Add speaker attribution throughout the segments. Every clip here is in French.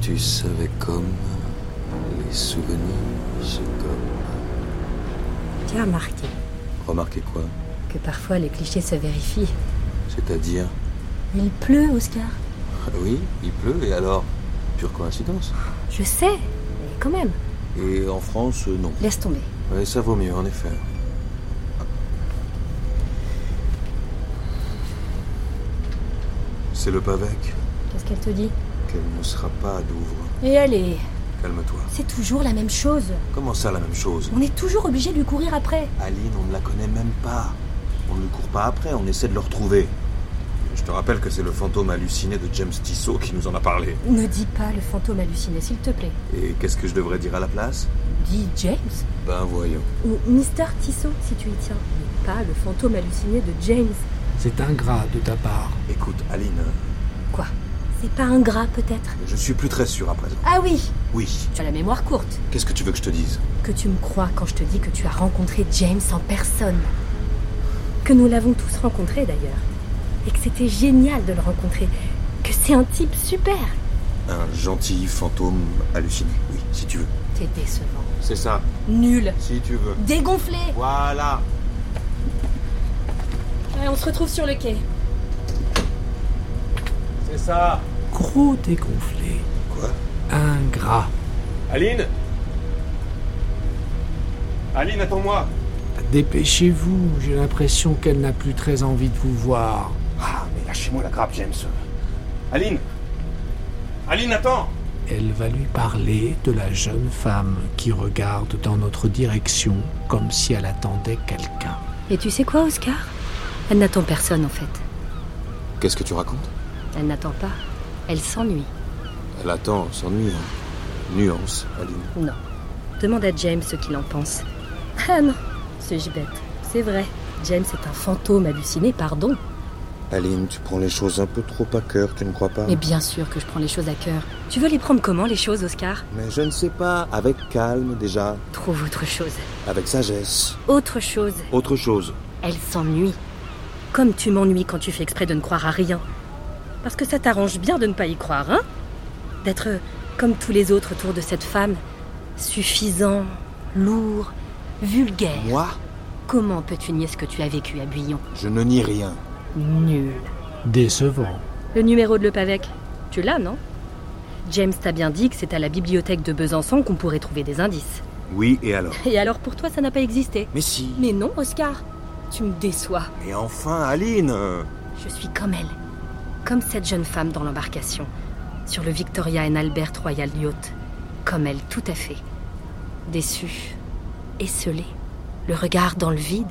Speaker 1: tu savais comme les souvenirs se comme.
Speaker 2: Tu as remarqué
Speaker 1: Remarquez quoi
Speaker 2: que parfois les clichés se vérifient.
Speaker 1: C'est-à-dire
Speaker 2: Il pleut, Oscar.
Speaker 1: Ah Oui, il pleut, et alors Pure coïncidence.
Speaker 2: Je sais, mais quand même.
Speaker 1: Et en France, euh, non.
Speaker 2: Laisse tomber.
Speaker 1: Ouais, ça vaut mieux, en effet. C'est le Pavec
Speaker 2: Qu'est-ce qu'elle te dit
Speaker 1: qu'elle ne sera pas à Douvres.
Speaker 2: Et allez,
Speaker 1: Calme-toi.
Speaker 2: c'est toujours la même chose.
Speaker 1: Comment ça, la même chose
Speaker 2: On est toujours obligé de lui courir après.
Speaker 1: Aline, on ne la connaît même pas. On ne le court pas après, on essaie de le retrouver. Je te rappelle que c'est le fantôme halluciné de James Tissot qui nous en a parlé.
Speaker 2: Ne dis pas le fantôme halluciné, s'il te plaît.
Speaker 1: Et qu'est-ce que je devrais dire à la place
Speaker 2: Dis James
Speaker 1: Ben voyons.
Speaker 2: ou Mister Tissot, si tu y tiens. Mais Pas le fantôme halluciné de James.
Speaker 3: C'est ingrat de ta part.
Speaker 1: Écoute, Aline,
Speaker 2: Quoi C'est pas ingrat, peut-être
Speaker 1: je suis plus très sûr à présent.
Speaker 2: Ah oui
Speaker 1: Oui,
Speaker 2: Tu as la mémoire courte.
Speaker 1: qu'est-ce que tu veux que je te dise
Speaker 2: Que tu me crois quand je te dis que tu as rencontré James en personne. Que nous l'avons tous rencontré, d'ailleurs. Et que c'était génial de le rencontrer. Que c'est un type super
Speaker 1: Un gentil fantôme halluciné. Oui, si tu veux.
Speaker 2: T'es décevant.
Speaker 1: C'est ça,
Speaker 2: Nul.
Speaker 1: si tu veux.
Speaker 2: Dégonflé
Speaker 1: Voilà
Speaker 2: Ouais, On se retrouve sur le quai.
Speaker 4: C'est ça
Speaker 3: Gros dégonflé.
Speaker 1: Quoi
Speaker 3: Ingrat.
Speaker 4: Aline Aline, attends-moi
Speaker 3: Dépêchez-vous, j'ai l'impression qu'elle n'a plus très envie de vous voir.
Speaker 4: Ah, mais lâchez-moi la grappe, James. Aline Aline, attends
Speaker 3: Elle va lui parler de la jeune femme qui regarde dans notre direction comme si elle attendait quelqu'un.
Speaker 2: Et tu sais quoi, Oscar Elle n'attend personne, en fait.
Speaker 1: Qu'est-ce que tu racontes
Speaker 2: Elle n'attend pas. Elle s'ennuie.
Speaker 1: Elle attend, s'ennuie. hein. Nuance, Aline.
Speaker 2: Non. Demande à James ce qu'il en pense. Ah non, ce gibette. C'est vrai. James est un fantôme halluciné, pardon.
Speaker 1: Aline, tu prends les choses un peu trop à cœur, tu ne crois pas
Speaker 2: Mais bien sûr que je prends les choses à cœur. Tu veux les prendre comment, les choses, Oscar
Speaker 1: Mais je ne sais pas, avec calme déjà,
Speaker 2: Trouve autre chose.
Speaker 1: avec sagesse.
Speaker 2: Autre chose.
Speaker 1: Autre chose.
Speaker 2: Elle s'ennuie. Comme tu m'ennuies quand tu fais exprès de ne croire à rien. Parce que ça t'arrange bien de ne pas y croire, hein D'être euh, comme tous les autres autour de cette femme. Suffisant, lourd, vulgaire.
Speaker 1: Moi,
Speaker 2: Comment peux-tu nier ce que tu as vécu à Buillon
Speaker 1: je ne nie rien.
Speaker 2: Nul.
Speaker 3: Décevant.
Speaker 2: Le numéro de Le Pavec, tu l'as, non James t'a bien dit que c'est à la bibliothèque de Besançon qu'on pourrait trouver des indices.
Speaker 1: Oui, et alors
Speaker 2: Et alors pour toi, ça n'a pas existé
Speaker 1: Mais si.
Speaker 2: Mais non, Oscar, tu me déçois.
Speaker 1: Mais enfin, Aline euh,
Speaker 2: Je suis comme elle. Comme cette jeune femme dans l'embarcation, sur le Victoria and Albert Royal Yacht. Comme elle, tout à fait. Déçue, esselée, le regard dans le vide,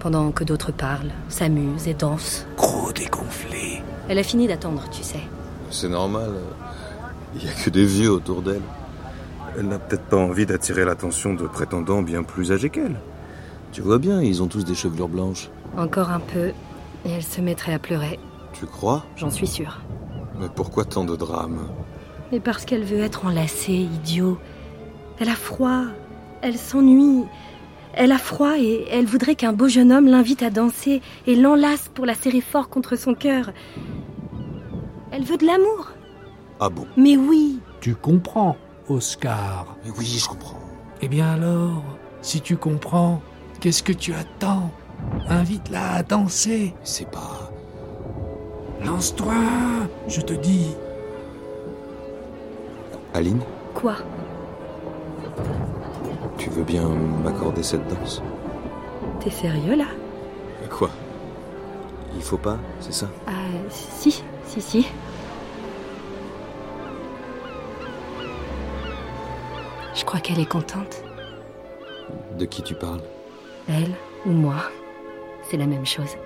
Speaker 2: pendant que d'autres parlent, s'amusent et dansent.
Speaker 3: Gros dégonflé.
Speaker 2: Elle a fini d'attendre, tu sais.
Speaker 1: C'est normal. Il n'y a que des vieux autour d'elle. Elle n'a peut-être pas envie d'attirer l'attention de prétendants bien plus âgés qu'elle. Tu vois bien, ils ont tous des chevelures blanches.
Speaker 2: Encore un peu, et elle se mettrait à pleurer,
Speaker 1: Tu crois
Speaker 2: j'en suis sûre.
Speaker 1: Mais pourquoi tant de drames
Speaker 2: Mais parce qu'elle veut être enlacée, idiot. Elle a froid, elle s'ennuie. Elle a froid et elle voudrait qu'un beau jeune homme l'invite à danser et l'enlace pour la serrer fort contre son cœur. Elle veut de l'amour.
Speaker 1: Ah bon
Speaker 2: Mais oui,
Speaker 3: Tu comprends, Oscar.
Speaker 1: Mais oui, je comprends.
Speaker 3: Eh bien alors, si tu comprends, qu'est-ce que tu attends Invite-la à danser.
Speaker 1: C'est pas...
Speaker 3: Lance-toi, je te dis.
Speaker 1: Aline,
Speaker 2: quoi
Speaker 1: tu veux bien m'accorder cette danse
Speaker 2: T'es sérieux là
Speaker 1: Quoi Il faut pas, c'est ça
Speaker 2: Ah, si, si, si. Je crois qu'elle est contente.
Speaker 1: De qui tu parles
Speaker 2: Elle ou moi, c'est la même chose.